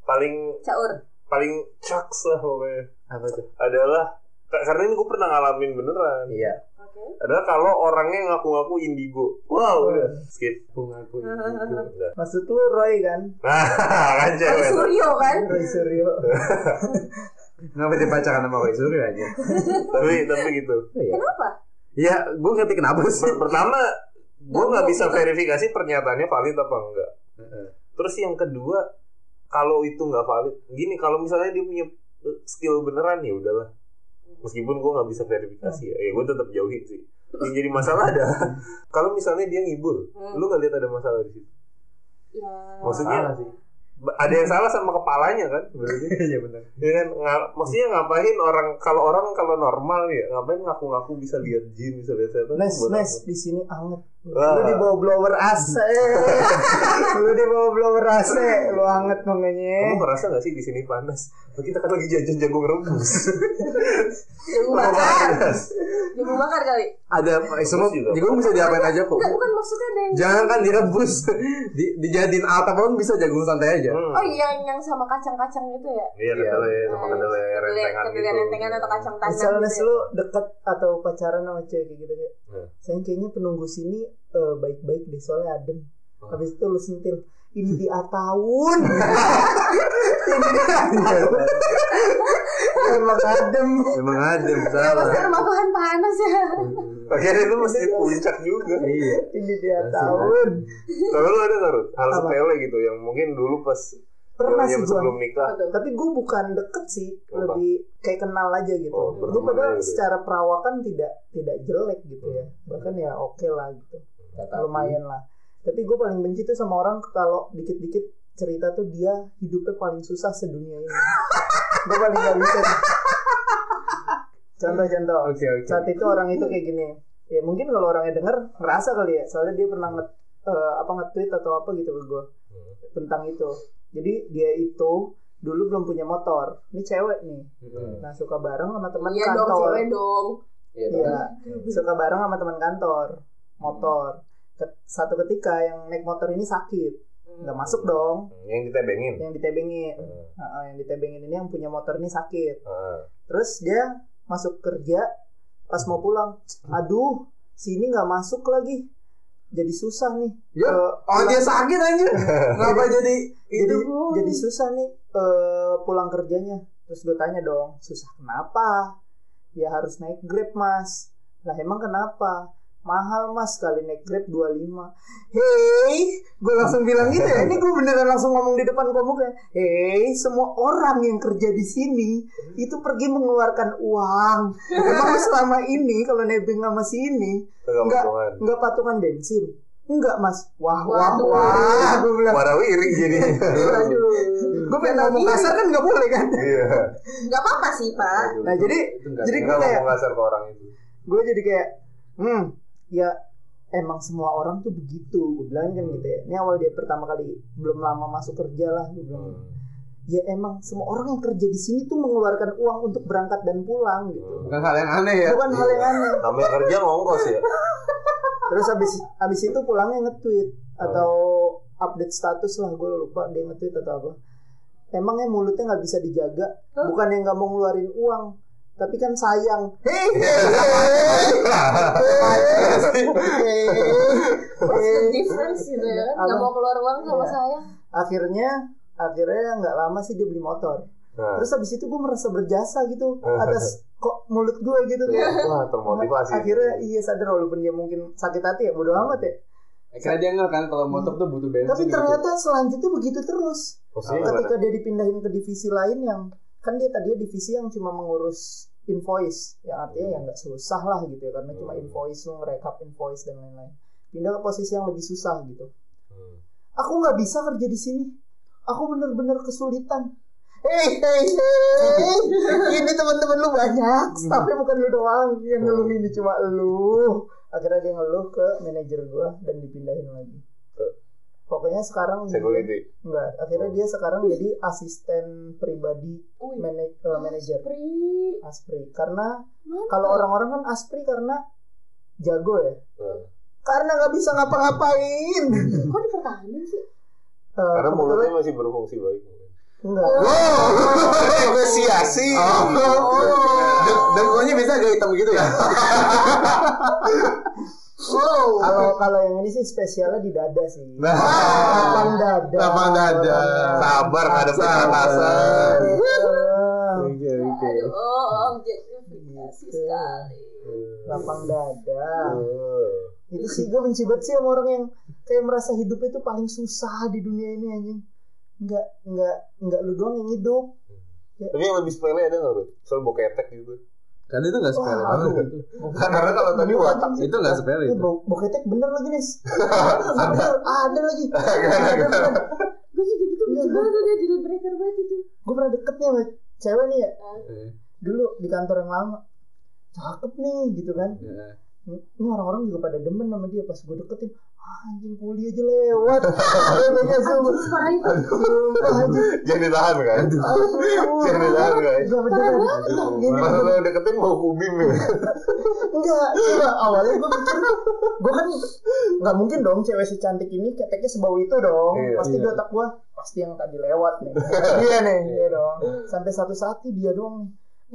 paling caur paling caks lah pokoknya. apa tuh? adalah karena ini gue pernah ngalamin beneran Iya, oke adalah kalau orangnya ngaku-ngaku indigo wow Oh, udah skip aku ngaku. iya, Udah. [laughs] Maksud lu Roy kan? nah [laughs] kan Roy Iya, cewek Suryo kan Roy Suryo. Ngapa dia pacaran sama Roy Suryo aja? tapi tapi gitu Iya. kenapa Ya, gue ngerti kenapa sih. Per- pertama gue nggak bisa verifikasi pernyataannya valid apa enggak Heeh. terus yang kedua kalau itu nggak valid gini kalau misalnya dia punya eh, skill beneran ya udahlah meskipun gue nggak bisa verifikasi ya, ya gue tetap jauhin sih yang jadi masalah adalah [laughs] kalau misalnya dia ngibul Hmm. lu nggak lihat ada masalah di situ ya Maksudnya- Salah sih. Ba- ada yang salah sama kepalanya kan [laughs] berarti Iya benar. ya kan nga- maksudnya ngapain orang kalau orang kalau normal ya ngapain ngaku-ngaku bisa lihat jin bisa lihat setan Nes, buat Nes, apa? di sini anget. Wah. Lu di bawah blower AC. [laughs] lu di bawah blower AC, lu anget kamu makanya. ngerasa gak sih di sini panas kita kan lagi jajan jagung rebus [laughs] jamu Iya. bakar jamu bakar kali Ada eh, semua Terus juga. jagung bisa diapain aja kok. enggak bukan maksudnya ada yang Jangan kan direbus, di, dijadiin atap pun bisa jagung santai [laughs] aja. Hmm. oh iya yang sama kacang-kacang itu ya iya kedelai sama kedelai rentengan gitu Kedelai rentengan atau kacang tanah Misalnya Nes gitu ya. lu deket atau pacaran sama cewek kayak gitu kayak. Hmm. Saya kayaknya penunggu sini eh, baik-baik deh soalnya adem. Habis itu lu sentil ini di atahun. ini di atahun. Emang adem. Emang adem Ya pasti salah. rumah Tuhan panas ya. akhirnya itu mesti puncak juga Iya. Ini di atahun. kalau lu ada taruh hal Apa? sepele gitu yang mungkin dulu pas Pernah jam sih gua. sebelum nikah Aduh. Tapi gue bukan deket sih, Apa? lebih kayak kenal aja gitu. Oh, gue berteman aja padahal gitu. Hmm. secara perawakan tidak tidak jelek gitu ya, bahkan ya oke lah gitu, lumayan lah. Tapi gue paling benci tuh sama orang kalau dikit-dikit cerita tuh dia hidupnya paling susah [laughs] sedunia ini. gue paling gak bisa. Contoh-contoh. Oke oke. Saat itu orang itu kayak gini. Ya mungkin kalau orangnya denger ngerasa kali ya, soalnya dia pernah nge eh, apa nge-tweet atau apa gitu ke gue tentang itu. Jadi dia itu dulu belum punya motor. Ini cewek nih. Hmm. Nah, suka bareng sama teman Iya dong, kantor. cewek dong. Iya. Iya. Suka bareng sama teman kantor. Motor. Ke- Satu ketika yang naik motor ini sakit. Nggak masuk Hmm. dong. Hmm, yang ditebengin Yang ditebengin. Hmm. Heeh, yang ditebengin ini yang punya motor ini sakit. Ah. Terus dia masuk kerja pas mau pulang, aduh sini nggak masuk lagi, jadi susah nih. Ya. Eh, Oh dia sakit aja. Ngapa jadi jadi itu? jadi susah nih eh, pulang kerjanya. Terus gue tanya dong, susah kenapa? Ya harus naik grab mas. Lah emang kenapa? Mahal mas kali naik grab 25 Hei, gue langsung bilang gitu ya. Ini gue beneran langsung ngomong di depan komuk ya. Hei, semua orang yang kerja di sini itu pergi mengeluarkan uang. Emang lu selama ini kalau nebeng sama sini Kagak Nggak. patungan. nggak patungan bensin? Enggak mas. Wah, wah, Waduh. wah. Gue bilang, warawiri jadi [laughs] aduh. Gue pengen ngomong kasar kan nggak boleh kan? iya Nggak apa-apa sih, Pak. Nah, jadi- jadi nggak kayak- mau ngasar ke orang itu Gue jadi kayak, hmm, ya emang semua orang tuh begitu gue bilang kan gitu ya ini awal dia pertama kali belum lama masuk kerja lah gue bilang Hmm. ya emang semua orang yang kerja di sini tuh mengeluarkan uang untuk berangkat dan pulang gitu Bukan hal yang aneh ya. bukan hal yang aneh Namanya Hmm. kerja ngongkos ya. terus habis habis itu pulangnya nge-tweet atau update status lah gue lupa dia nge-tweet atau apa emangnya mulutnya nggak bisa dijaga Hah? bukan yang nggak mau ngeluarin uang tapi kan sayang What's the difference gitu ya kan? Gak Apa? mau keluar uang sama Iya. saya [laughs] akhirnya akhirnya nggak lama sih dia beli motor Nah, terus habis itu gue merasa berjasa gitu atas kok mulut gue gitu Iya, kayak wah termotivasi. akhirnya iya sadar walaupun dia mungkin sakit hati ya bodo amat ya Akhirnya dia ngel kan kalau motor tuh butuh bensin. tapi gitu. ternyata selanjutnya begitu terus Maksudnya gimana? ketika dia dipindahin ke divisi lain yang kan dia tadi divisi yang cuma mengurus invoice yang artinya ya nggak susah lah gitu ya karena cuma Hmm. invoice lu ngerekap invoice dan lain-lain pindah ke posisi yang lebih susah gitu Hmm. aku nggak bisa kerja di sini aku bener-bener kesulitan Hei, hei, hei, ini teman-teman lu banyak, Hmm. tapi bukan lu doang yang Oh. ngeluh ini cuma lu. Akhirnya dia ngeluh ke manajer gua dan dipindahin lagi. Ke- Pokoknya sekarang dia- Security. Enggak, akhirnya Oh. dia sekarang jadi asisten pribadi Wih. mana- eh, manajer Pri Aspri. Karena mantap. kalau orang-orang kan Aspri karena jago ya. Nah, Karena nggak bisa ngapa-ngapain. Kok dipertahanin sih? Eh, Karena kebetulan- mulutnya masih berfungsi baik. enggak. Oh, Wow, negosiasi. Deng- Dengkulnya bisa agak hitam gitu ya. Kalau kalau yang ini sih spesialnya di dada sih. Nah. Ah, Lapang dada. Lapang dada. Sabar ngadep ke atasan. Eh, Oke, Iya, oke. Aduh, oh, objektifikasi Gitu. sekali. Lapang dada. Hmm. Itu sih gue benci banget sih sama orang yang kayak merasa hidup itu paling susah di dunia ini anjing. Enggak, enggak, enggak lu doang yang hidup. Tapi yang lebih sepele ada nggak, Bro? Soal boketek gitu. [laughs] Kan itu nggak sepele Wah. banget gitu. [laughs] Karena kalau tadi [laughs] watak Itu nggak sepele Eh, itu. bo- boketek bener lagi [laughs] nih. ada. ada lagi. Gue juga gitu Iya, benci banget udah deal breaker banget itu. Gue pernah deket nih sama cewek nih ya. Eh, Dulu di kantor yang lama. Cakep nih gitu kan. ya. Ini orang-orang juga pada demen sama dia pas gue deketin. Ah, anjing kuliah aja lewat. Bebeknya Iya, sumpah. Terus parah itu. Sumpah, anjing. Jangan ditahan kan? Jangan Aduh. ditahan kan? Gak beneran. Gini, Masa lo deketin mau kubim ya? Enggak, coba awalnya gue mikir Gue kan nggak mungkin dong cewek secantik ini keteknya sebau itu dong Iya, Pasti di iya. otak gue, pasti yang tadi lewat nih Iya nih, iya dong Sampai satu saat nih dia doang nih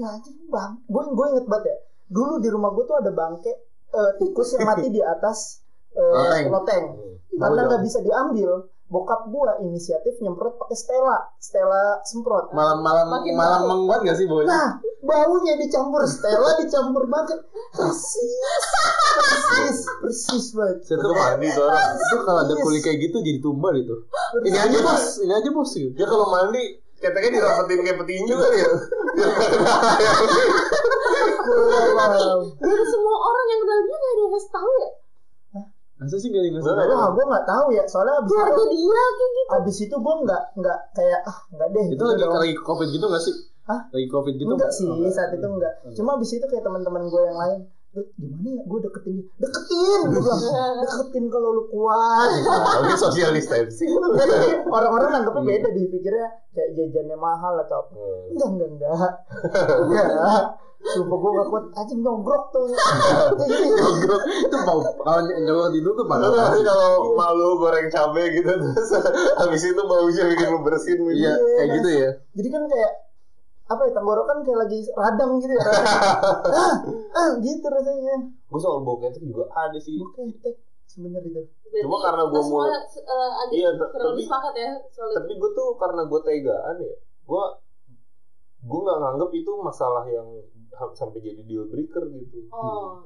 Ya anjir bang, gue gue inget banget ya Dulu di rumah gue tuh ada bangke eh, tikus yang mati di [laughs] atas eh, Loteng. Iya. loteng Karena nggak bisa diambil Bokap gue inisiatif nyemprot pakai Stella Stella semprot Malam-malam Makin malam bau. menguat nggak sih baunya? Nah, baunya dicampur Stella, dicampur banget. Persis, persis, persis banget. Itu mandi soalnya. Itu kalau ada kulit kayak gitu jadi tumbal itu. Ini aja bos, ini aja bos gitu. Dia Ya, kalau mandi keteknya dirapetin kayak petinju kali ya. Wow. Dari Iya, semua orang yang kenal dia gak ada yang ngasih tahu Iya, ya. Masa sih gak ada yang ngasih Bener. tau? Wah, gue nggak tahu ya. Soalnya abis itu, Keluarga dia kayak gitu. abis itu gue nggak nggak kayak ah nggak deh. Itu gitu lagi dong. lagi covid gitu gak sih? Hah? Lagi covid gitu enggak nggak? sih Oh, saat itu enggak. Cuma abis itu kayak teman-teman gue yang lain. "Lu Gimana ya gue deketin dia Deketin Gue bilang [laughs] Deketin kalau lu kuat [laughs] Nah, Tapi gitu social distancing. kan Jadi Orang-orang nanggapnya beda di pikirnya Kayak jajannya mahal atau apa Enggak, enggak, [laughs] enggak. Enggak. Sumpah gue gak kuat aja nyogrok [laughs] tuh. Nyogrok. itu bau kalau ny- nyogrok tidur tuh parah banget Tapi sih. Iya, kalau malu goreng cabe gitu terus habis itu baunya bikin lu bersin gitu. iya kayak gitu ya Jadi kan kayak apa ya tenggorokan kayak lagi radang gitu ya rasanya. ah, ah, gitu rasanya. Gue soal boketek juga ada sih. Oke, tek sebenarnya itu. Berarti Cuma karena gua kita semua, mulai- eh, agak Iya, kurang lebih tapi sepakat ya soal itu. tapi gue tuh karena gue tegaan ya gue gue nggak nganggep itu masalah yang ha- sampai jadi deal breaker gitu Oh.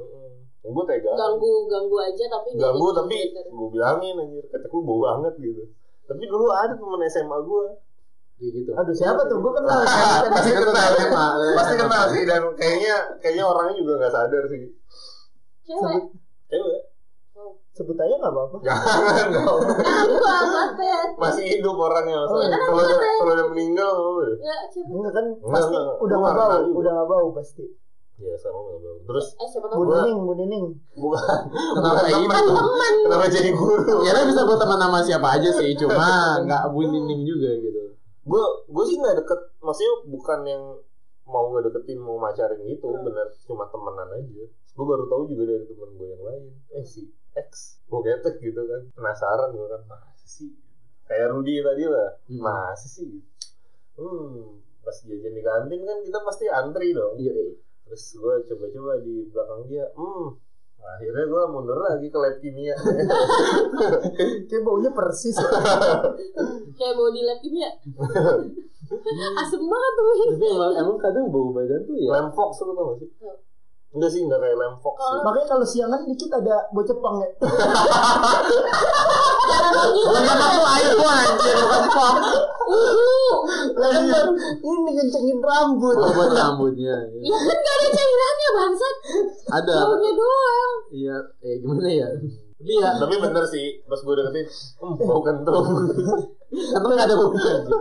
gue tegaan Ganggu gitu, ganggu aja tapi nggak ganggu jadi tapi breaker. gue bilangin anjir ketek lu bau banget gitu tapi dulu ada temen SMA gue Kayak gitu Aduh, siapa tuh? Gue kenal. Kan pasti [laughs] kenal SMA pasti kenal sih dan kayaknya kayaknya orangnya juga nggak sadar sih Cewek. cewek sebut aja enggak apa-apa. jangan dong Gua Klaten. masih hidup orangnya Oh, iya. masalahnya kalau udah kalau udah meninggal Ya, cewek. Enggak kan Enggak, pasti enggak. udah Gua enggak nggak bau, kenal juga. udah enggak bau pasti. ya sama nggak apa-apa. terus eh siapa Bu tahu Gua- Nining, Bu Nining. bukan Kenapa kayak kan gitu? teman Kenapa jadi guru? Ya, Ya bisa buat teman sama siapa aja sih, cuma nggak buning juga gitu. gue gue sih nggak deket maksudnya bukan yang mau ngedeketin mau macarin gitu Hmm. bener cuma temenan aja gue baru tahu juga dari temen gue yang lain eh si X gue ketek gitu kan penasaran gue kan masa sih kayak Rudy tadi lah masa sih hmm pas jajan di kantin kan kita pasti antri dong Iya, iya. terus gue coba-coba di belakang dia hmm akhirnya gue mundur lagi ke lab kimia Kayak baunya persis. kayak body lab gitu ya asem banget tuh Tapi emang, emang kadang bau badan tuh ya. lem fox lu tau gak sih Tau. enggak sih enggak kayak lem fox sih. Kalau- [laughs] Makanya kalau siangan dikit ada bau cepang [laughs] ya. Kenapa tuh iPhone anjir bukan pop? uhu Iya. Lah, Ini kencengin rambut. Buat buat Oh, rambutnya. iya. ya kan gak ada cairannya bangsat Ada. baunya doang Iya, eh gimana ya? Tapi ya, tapi bener sih, pas gue deketin, hmm, bau kentung. Kenapa nggak ada baunya anjir?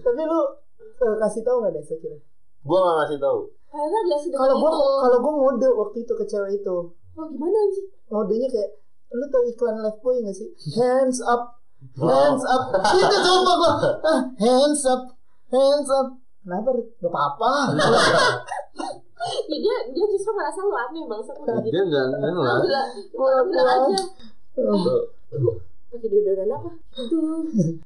Tapi lu eh, kasih tahu nggak deh saya kira? gue gak ngasih tahu. karena gak sedekat Kalau gua Iya. itu kalau gua ngode waktu itu ke cewek itu. Wah, gimana anjing Modenya kayak lu tau iklan Lifebuoy nggak sih? Hands up, hands [laughs] up. Itu sumpah gua. Ah, hands up, hands up. Kenapa? Rit? Gak apa-apa. ya dia dia justru merasa lu aneh bangsat udah gitu Dia nggak Lu ngelak. bilang Gua- bilang gua- aja pakai deodoran apa tuh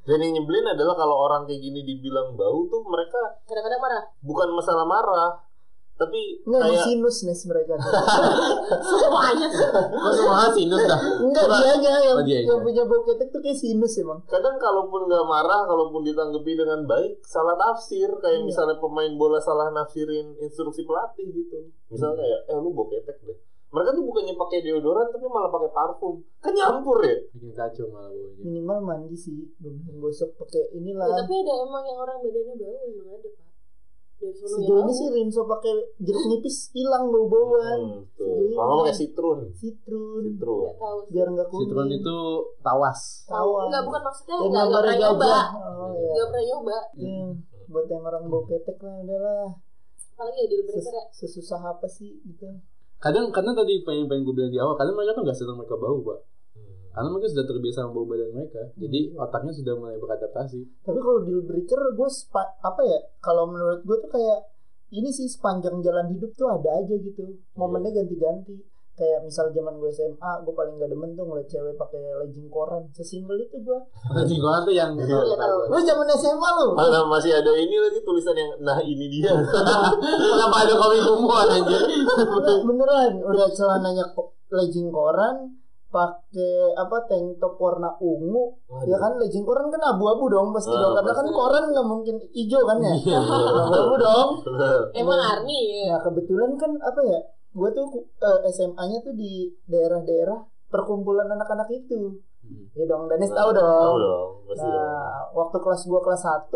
Dan yang nyebelin adalah kalau orang kayak gini dibilang bau tuh mereka kadang-kadang marah bukan masalah marah, tapi Nggak di kayak sinus nes mereka. [laughs] semuanya sih Kok semua sinus dah? Enggak Coba. dianya yang, Oh, dia aja. yang punya bau ketek tuh kayak sinus emang. kadang kalaupun gak marah, kalaupun ditanggapi dengan baik, salah tafsir. Kayak Iya. misalnya pemain bola salah nafsirin instruksi pelatih gitu. Iya. Misalnya kayak, eh lu bau ketek deh. Mereka tuh bukannya pakai deodoran tapi malah pakai parfum. Kan nyampur ya. Bikin kacau malah baunya. Minimal mandi sih, belum gosok pakai Ya, inilah. tapi ada emang yang orang badannya bau emang ada pak dari sono Sejauh yang ini sih Rinso pakai jeruk nipis hilang Oh. bau-bauan. Hmm, tuh. Iya. Kalau nggak pakai citrun, Citrun citrun. nggak tahu sih biar nggak kuning. Citron itu tawas. tahu tawar. Oh, nggak bukan maksudnya Dan nggak nggak gambar pernah nyoba gajah. Oh iya. nggak pernah nyoba Hmm. Buat yang orang bau ketek lah udahlah. apalagi ya deal breaker ya Ses- Sesusah apa sih gitu. Kadang kadang tadi pengen pengen gue bilang di awal, kadang mereka tuh nggak senang mereka bau, pak. Karena mereka sudah terbiasa sama bau badan mereka, jadi otaknya sudah mulai beradaptasi. Tapi kalau deal breaker gue sepa- apa ya? Kalau menurut gue tuh kayak ini sih sepanjang jalan hidup tuh ada aja gitu. Momennya Iya. ganti-ganti. Kayak misal zaman gue SMA, gue paling gak demen tuh ngeliat cewek pakai legging koran. Sesimpel itu gue. Anjing gua tuh yang Lu zaman SMA [laughs] lu? Mana masih ada ini lagi tulisan yang nah ini [laughs] dia. Kenapa ada komik humor anjir? Udah, beneran udah celananya ko- legging koran pakai apa tank top warna ungu ya kan legging koran kan abu-abu dong pasti Ah, dong karena kan pasti. Iya, koran nggak mungkin hijau kan ya [laughs] abu-abu dong emang Nah. army ya nah kebetulan kan apa ya gue tuh eh, SMA-nya tuh di daerah-daerah perkumpulan anak-anak itu ya dong Danis tahu Hmm. dong Nah, Tahu dong, pasti dong. nah waktu kelas gua kelas 1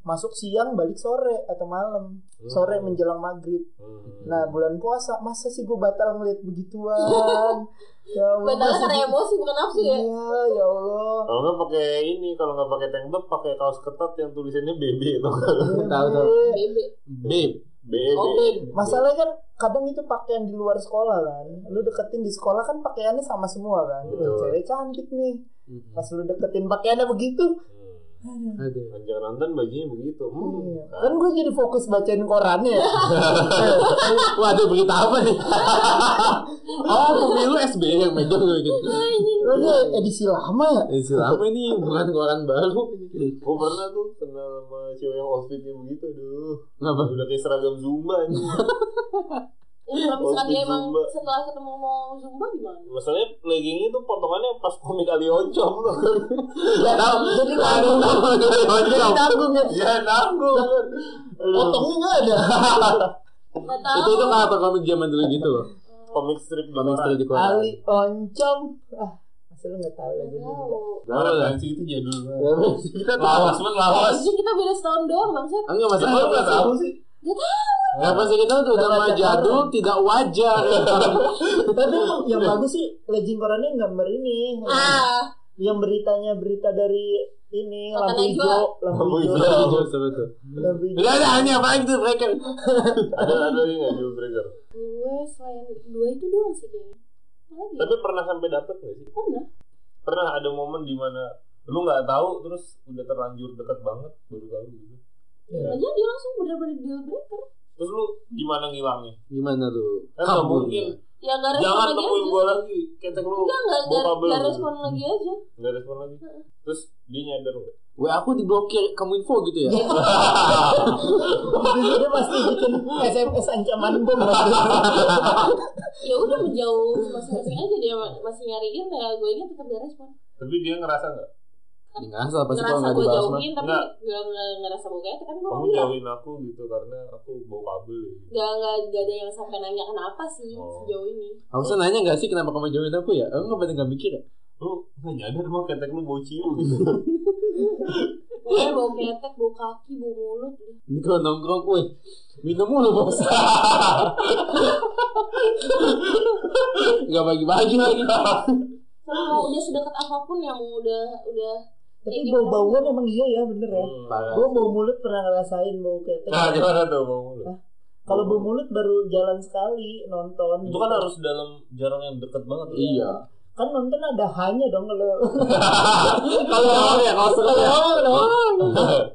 masuk siang balik sore atau malam sore Hmm. menjelang maghrib Hmm. Nah bulan puasa masa sih gue batal ngeliat [laughs] begituan ya Allah batalnya kan masa karena sih- emosi bukan nafsu ya Iya [laughs] ya Allah kalau nggak pakai ini, kalau nggak pakai tank top, pakai kaos ketat yang tulisannya BB itu. Tahu, Iya, tahu. Bebe. bebek Babe, BB. oh beb Masalahnya kan kadang itu pakaian di luar sekolah kan Lu deketin di sekolah kan pakaiannya sama semua kan Wih, Betul. Cewek cantik nih Pas lu deketin pakaiannya begitu ada. Hmm. Jangan nonton bajunya begitu. Hmm. Iya. Kan gue jadi fokus bacain korannya ya [laughs] Wah ada berita apa nih? oh pemilu SBY yang megang gue gitu. Lu ini edisi lama ya Eh, Selama ini bukan koran baru. Gue Oh, pernah tuh kenal sama cewek yang outfitnya begitu, aduh. Kenapa? Udah kayak seragam zumba ini. [laughs] ini kalau misalkan Waktu dia emang Zumba. setelah ketemu mau zumba gimana Masalahnya leggingnya tuh potongannya pas komik Ali Oncom tuh. [laughs] Tahu? Jadi nanggung Aduh, tahu, tahu, Jadi tahu. nanggung ya Iya, Ya nanggung. Potongnya gak ada nggak [laughs] Itu tahu itu kata komik zaman dulu gitu loh. Komik strip di Komik koran. strip di koran. Ali oncom ah Masa lu gak tau lagunya Iya. Nggak juga tahu. Tahu lah. Apaan sih itu jadul banget. Ya, Kita lawas, men lawas. Anjing kita beda setahun doang bangsat Enggak masalah. Emang nggak tahu sih. Nggak Kenapa sih kita tuh Nggak nama baca jadul tidak [laughs] wajar. Tapi yang bagus sih legging korannya gambar ini. ah yang beritanya berita dari ini Mata lampu najwa. hijau, lampu Lampu hijau, hijau. Jauh sama itu. lampu Udah hijau. udah ini apaan itu breaker? Ada ada ini nggak deal breaker? gue selain dua itu doang sih kayaknya lagi ya? Tapi pernah sampai dapet nggak sih? pernah Pernah ada momen di mana lu nggak tahu terus udah terlanjur deket banget baru tahu gitu. aja dia langsung bener-bener deal breaker Terus lu gimana ngilangnya? Gimana tuh? Kan nggak Kabur mungkin. ya nggak respon Jangan lagi temuin aja gua lagi. Ketek lu Enggak, enggak, Bawa enggak, kabel. enggak respon lagi aja nggak respon lagi. Terus dia nyadar nggak? Wah aku diblokir kamu info gitu [laughs] ya? Iya. Itu dia pasti bikin SMS ancaman bom pasti. Ya udah menjauh masing-masing aja dia ma- masih nyariin ya gue nya tetap gak respon Tapi dia ngerasa nggak? Ini ngasal pasti kalau Ngerasa gue nggak dibahas mah. jauhin tapi Nggak. gak, gak ngerasa gue kayak kan gue Kamu bilang jauhin aku gitu karena aku bawa kabel. Gitu. Gak, gak, gak ada yang sampai nanya kenapa sih Oh. sejauh ini Harusnya nanya nggak sih kenapa kamu jauhin aku ya? Aku nggak pernah nggak mikir ya? Lu nggak nyadar mau Iya. ketek lu bau ciu gitu. Gue Iya, bau ketek, bau kaki, bau mulut Ini kalau nongkrong gue minum mulu bos. [laughs] Nggak bagi-bagi lagi. Sama mau udah sedekat apapun ya mau udah udah Tapi bau bauan emang iya ya bener ya. Hmm. Gue bau mulut pernah ngerasain bau ketek. Nah gimana tuh bau mulut? Kalau bau mulut baru jalan sekali nonton. gitu. Itu kan harus dalam jarang yang deket banget. ya? Iya. [laughs] Kan nonton ada hanya dong kalau [laughs] Kalau apa ya? Kalau seru ya?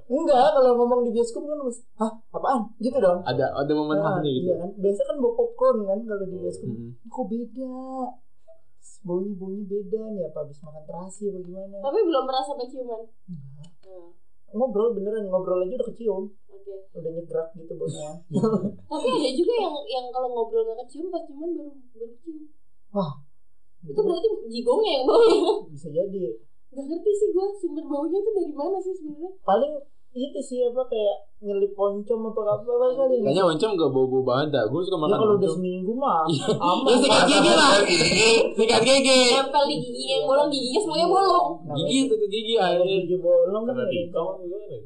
enggak kalau ngomong di bioskop kan mesti hah apaan gitu dong. Ada ada momen Nah, hahnya gitu. Iya kan. Biasa kan bawa popcorn kan kalau di bioskop. Mm. Kok beda? Baunya baunya beda nih apa habis makan terasi apa gimana? Tapi belum pernah sampai ciuman Hmm, Ngobrol beneran ngobrol aja udah kecium, Oke udah nyegerak gitu baunya. Tapi ada juga yang yang kalau ngobrol gak kecium pas ciuman baru baru cium Itu Itu berarti jigongnya yang bau ya bisa jadi. Gak ngerti sih gue sumber baunya itu dari mana sih sebenarnya? Paling itu sih apa kayak nyelip poncom apa apa apa kali. Kayaknya oncom nggak bau-bau banget dah. Gue suka Ya makan kalau udah oncom. Iya seminggu mah aman. Lu sikat gigi lah. Sikat gigi. Nempel di giginya yang bolong, giginya semuanya bolong. Gigi itu ke gigi Kalau air. gigi bolong kan Karena ada yang dikong tahu. gimana? ya?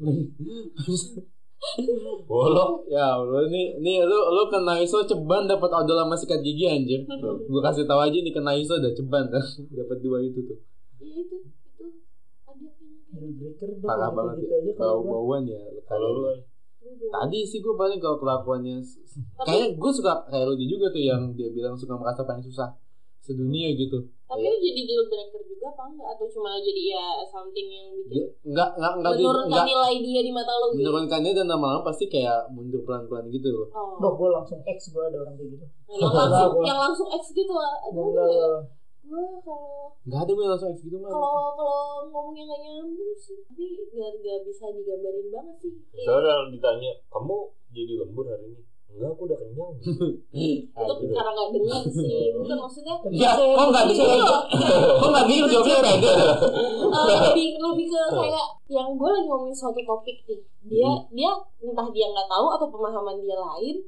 Bolong. Ya Allah ini ini lu lu kena ISO ceban dapat odol sama sikat gigi anjir. Gue kasih tahu aja nih kena ISO udah ceban [laughs] dah. Dapat dua itu tuh. Iya itu, itu ada yang Deal breaker dong. Parah gitu- banget gitu aja kalau gua. Bau-bauan ya. Kalau lu Tadi sih gue paling kalau kelakuannya s- s- Kayaknya gue suka kayak Rudy juga tuh yang dia bilang suka merasa paling susah sedunia gitu Tapi itu jadi deal breaker juga apa enggak? Atau cuma jadi ya something yang bikin Dia- Nggak, nggak, nggak di- menurunkan nggak nilai dia di mata lo gitu? Menurunkannya dan lama-lama pasti kayak mundur pelan-pelan gitu loh Oh. Duh, gua langsung X gua ada orang kayak gitu. Yang langsung, Enggak, yang langsung X gitu lah. Aduh, Enggak, enggak. gue kalau Nggak ada gue langsung X gitu [laughs] mah kalau kalau ngomongnya nggak nyambung sih, tapi nggak nggak bisa digambarin banget sih. Misalnya kalau ditanya, kamu jadi lembur hari ini? Enggak, aku udah kenyang. Nah, Itu karena nggak dengar sih, bukan maksudnya Kan Ya, kok nggak bisa? Kok nggak gitu? bisa jawabnya pede? Eh, lebih lebih ke kayak yang gue lagi ngomongin suatu topik nih dia dia entah dia nggak tahu atau pemahaman dia lain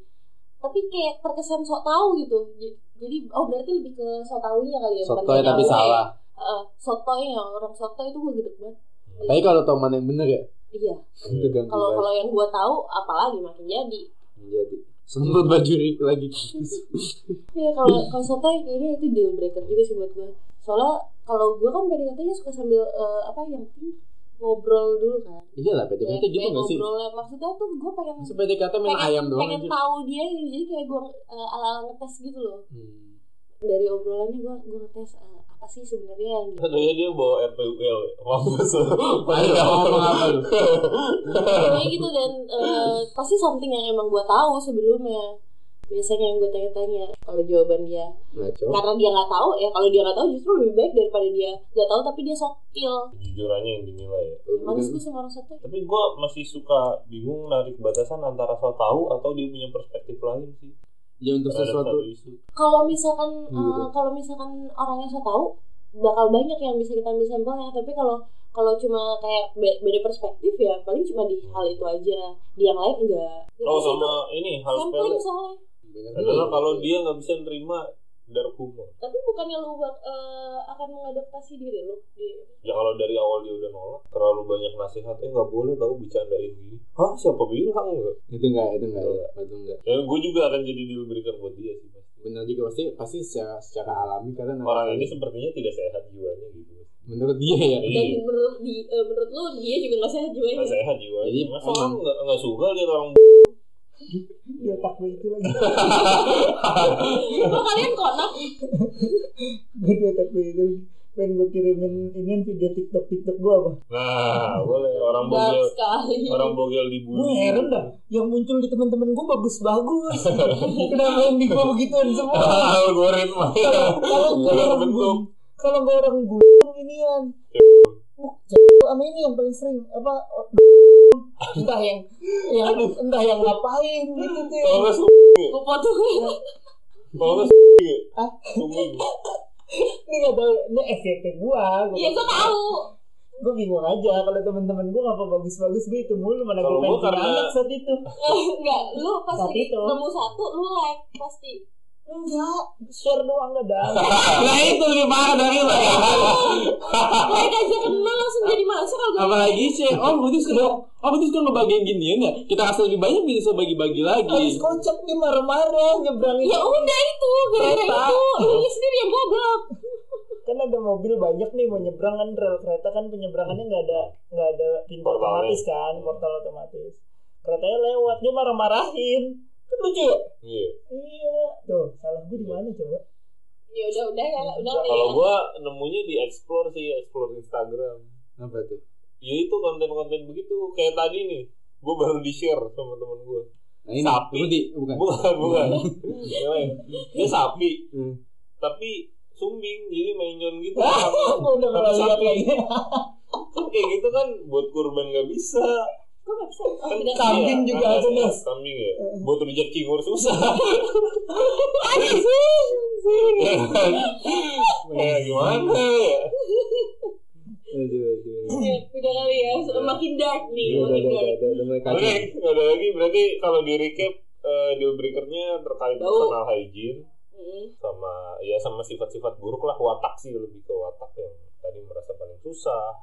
tapi kayak terkesan sok tahu gitu J- jadi oh berarti lebih ke sok taunya kali ya bukan Sotoy nggak tapi tahu. salah Eh, sotoy ya orang sotoy itu gue gede banget Tapi kalau tau mana yang bener ya iya Itu ganggu kalau banget kalau yang gue tahu apalagi makin jadi Jadi Semprot baju Ricky lagi ya kalau kalau sotoy kayaknya itu deal breaker juga sih buat gue soalnya kalau gue kan PDKT-nya suka sambil eh, apa yang penting ngobrol dulu kan Iya lah PDKT gitu Kayak nggak sih? ngobrolnya maksudnya tuh gue pengen Masa PDKT main ayam doang pengen aja tahu dia gitu. jadi kayak gue ala ala ngetes gitu loh Hmm. dari obrolannya gue gue ngetes eh, apa sih sebenarnya gitu. yang [laughs] dia- Katanya dia bawa RPUL. Mampus lu. Ayo ngomong apa lu? kayak gitu dan eh, pasti something yang emang gue tahu sebelumnya biasanya yang gue tanya-tanya kalau jawaban dia Ngaco karena dia nggak tahu ya kalau dia nggak tahu justru lebih baik daripada dia nggak tahu tapi dia sokil Kejujurannya yang dinilai ya. manis gue sama orang satu Tapi gue masih suka bingung narik batasan antara so tahu atau dia punya perspektif lain sih. Ya untuk terhadap sesuatu satu isu. kalau misalkan Hmm, Iya, gitu. eh, kalau misalkan orangnya so tahu bakal banyak yang bisa kita ambil sampelnya tapi kalau kalau cuma kayak be- beda perspektif ya paling cuma di hal itu aja di yang lain enggak Ya, Oh pasti itu sama ini hal sampling sepele soalnya adalah kalau dia nggak bisa nerima dark humor. tapi bukannya lu bak- eh, akan mengadaptasi diri lu di Ya kalau dari awal dia udah nolak, terlalu banyak nasihat, eh nggak boleh tahu bercandain gini. Hah siapa bilang nggak? Itu enggak, itu enggak Itu enggak Dan gue juga akan jadi deal breaker buat dia sih pasti. benar juga pasti pasti secara secara alami karena Orang ini sepertinya tidak sehat jiwanya gitu. menurut dia ya dan menurut di eh, menurut lu dia juga ya. nggak sehat nggak [laughs] jiwanya sehat jiwa Jadi, masa emang- orang nggak nggak suka lihat orang di otak gue Iya, itu lagi [laughs] kok Iya, kalian konak gue di otak gue itu pengen gue kirimin ini video tiktok tiktok gue apa nah boleh orang dark bogel sekali orang bogel gue dibully heran dah yang muncul di teman-teman gue bagus-bagus kenapa yang di gue begituan [laughs] semua [laughs] algoritma kalau kalau gue Dalam bentuk. Iya. orang bu- kalau gue orang buntung inian Bu- cewek sama ini yang paling sering apa o- [laughs] entah yang yang entah yang ngapain gitu tuh kalau yang- nggak su gue potong kalau nggak su Hah? Suming. ini gak tau ini FYP gua Iya. ya gue gue tahu gue bingung aja kalau temen-temen gue ngapa bagus-bagus gue itu mulu mana gue Kalau pengen gua karena- anak saat itu enggak lu Saat pasti itu. nemu satu lu like pasti enggak share doang gak [laughs] ada nah itu lebih parah dari lo ya like aja kenal langsung jadi masuk kalau gue apalagi sih oh berarti suka oh berarti suka ngebagiin ginian ya kita kasih lebih banyak bisa bagi-bagi lagi Iya. habis kocak dia marah-marah nyebrangin ya udah itu gara-gara Kereta. itu lu sendiri yang goblok kan ada mobil banyak nih mau nyebrang kan rel kereta kan penyeberangannya nggak ada nggak ada pintu Portalnya. otomatis kan portal otomatis keretanya lewat dia marah-marahin kan lucu ya Iya. iya tuh salah gue di mana coba ya udah udah ya udah Kalau gua nemunya di explore sih, explore Instagram. apa tuh Ya itu konten-konten begitu kayak tadi nih. Gua baru di-share sama temen gua. [laughs] nah, ini Sapi. Lu di- bukan Bukan, bukan. Yang lain. Dia sapi, Hmm. tapi sumbing jadi menyon gitu. Wah, Kan gue udah nggak lihat sapi. lagi kayak gitu kan buat kurban nggak bisa. gue gak bisa oh, Kan tidak kambing iya, juga kan ada, Nes. Kambing ya. Buat rujak cingur susah. Ya kan? Ya gimana ya? aduh aduh aduh. Ya, udah kali ya makin dark nih Iya, udah makin udah dark udah udah mulai Oke, kacau nggak ada lagi berarti kalau di recap eh, deal breakernya terkait Bau. personal hygiene Mm. sama ya sama sifat-sifat buruk lah watak sih lebih ke watak yang tadi merasa paling susah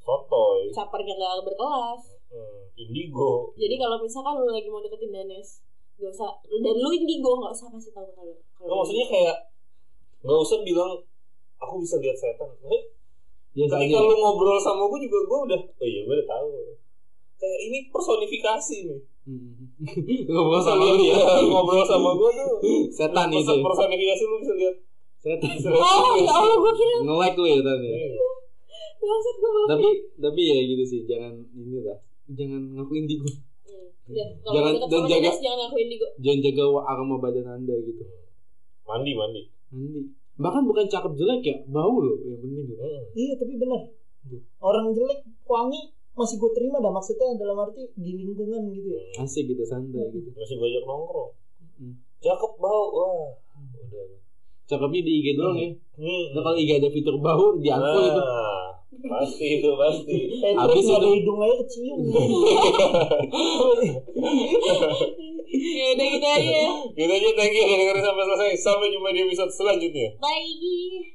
sotoy capernya gak berkelas hmm, indigo jadi kalau misalkan lu lagi mau deketin Danes gak usah dan lu indigo gak usah kasih tau kalau nggak Oh, maksudnya kayak nggak usah bilang aku bisa lihat setan Maksudnya, ya saja ketika lu ngobrol sama gue juga gue udah oh iya gue udah tahu kayak ini personifikasi nih [laughs] ngobrol Hmm. sama lu [laughs] ya Iya, ngobrol sama gue tuh setan itu ya. persen- personifikasi lu bisa lihat setan bisa lihat oh ya Allah gue kira nge-like lu ya tadi ya. Iya. maksud gue belum tapi tapi ya gitu sih jangan ini lah jangan ngakuin di Hmm, udah. kalau Jangan- deket dan sama jaga- Danes jangan aku indigo jangan jaga wa- aroma badan anda gitu mandi mandi nanti bahkan bukan cakep jelek ya bau loh yang penting loh Hmm. [laughs] iya tapi bener orang jelek wangi masih gue terima dah maksudnya dalam arti di lingkungan gitu ya asik gitu santai gitu masih banyak nongkrong Hmm. cakep bau wah udah cakepnya di IG doang ya hmm. nah, kalau IG ada fitur bau di nah, unfollow itu pasti itu pasti eh terus Habis nggak ada itu- hidung aja kecium [laughs] ya udah gitu aja gitu aja thank you udah dengerin sampai selesai sampai jumpa di episode selanjutnya bye